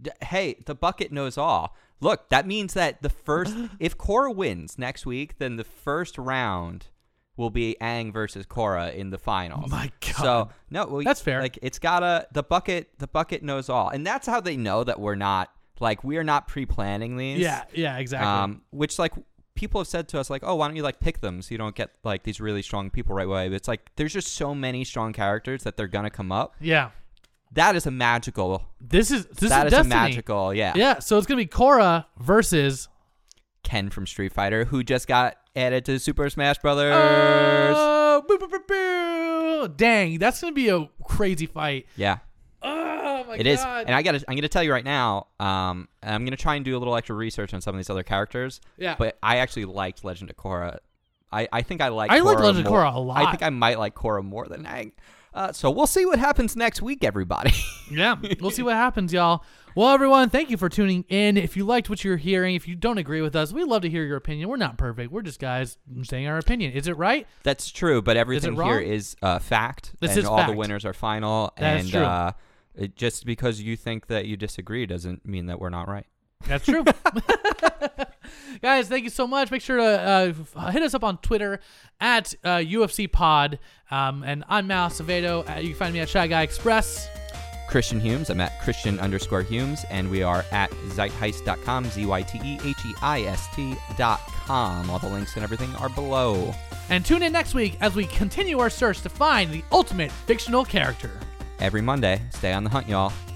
[SPEAKER 2] D- hey, the bucket knows all. Look, that means that the first, if Cora wins next week, then the first round will be Aang versus Cora in the finals.
[SPEAKER 1] My God.
[SPEAKER 2] Oh, So no, well,
[SPEAKER 1] That's fair.
[SPEAKER 2] Like it's gotta the bucket. The bucket knows all, and that's how they know that we're not like we are not pre-planning these.
[SPEAKER 1] yeah. Yeah. Exactly.
[SPEAKER 2] Um, which like people have said to us like, oh, why don't you like pick them so you don't get like these really strong people right away? But it's like there's just so many strong characters that they're gonna come up.
[SPEAKER 1] yeah.
[SPEAKER 2] That is a magical.
[SPEAKER 1] This is this
[SPEAKER 2] that
[SPEAKER 1] is
[SPEAKER 2] is a
[SPEAKER 1] destiny.
[SPEAKER 2] magical. Yeah.
[SPEAKER 1] Yeah. So it's gonna be Cora versus
[SPEAKER 2] Ken from Street Fighter, who just got added to Super Smash Brothers.
[SPEAKER 1] Oh, boo, boo, boo, boo. Dang, that's gonna be a crazy fight.
[SPEAKER 2] yeah,
[SPEAKER 1] Oh my
[SPEAKER 2] it
[SPEAKER 1] god,
[SPEAKER 2] is. And I got to I'm gonna tell you right now. Um, and I'm gonna try and do a little extra research on some of these other characters.
[SPEAKER 1] Yeah.
[SPEAKER 2] But I actually liked Legend of Korra. I, I think I like.
[SPEAKER 1] I like
[SPEAKER 2] Korra
[SPEAKER 1] Legend of
[SPEAKER 2] more-
[SPEAKER 1] Korra a lot.
[SPEAKER 2] I think I might like Korra more than Aang. Uh, so we'll see what happens next week, everybody.
[SPEAKER 1] yeah, we'll see what happens, y'all. Well, everyone, thank you for tuning in. If you liked what you're hearing, if you don't agree with us, we love to hear your opinion. We're not perfect. We're just guys saying our opinion. Is it right?
[SPEAKER 2] That's true, but everything here
[SPEAKER 1] wrong?
[SPEAKER 2] is uh, fact,
[SPEAKER 1] This
[SPEAKER 2] and
[SPEAKER 1] is
[SPEAKER 2] all the
[SPEAKER 1] fact.
[SPEAKER 2] winners are final.
[SPEAKER 1] That
[SPEAKER 2] and
[SPEAKER 1] is true.
[SPEAKER 2] Uh, it- just because you think that you disagree doesn't mean that we're not right.
[SPEAKER 1] That's true. Guys, thank you so much. Make sure to uh, f- hit us up on Twitter at uh, UFC Pod. Um, and I'm Mal Acevedo. Uh, you can find me at Shy Guy Express.
[SPEAKER 2] Christian Humes. I'm at Christian underscore Humes, and we are at zeitheist.com, Z Y T E H E I S T.com. All the links and everything are below.
[SPEAKER 1] And tune in next week as we continue our search to find the ultimate fictional character.
[SPEAKER 2] Every Monday, stay on the hunt, y'all.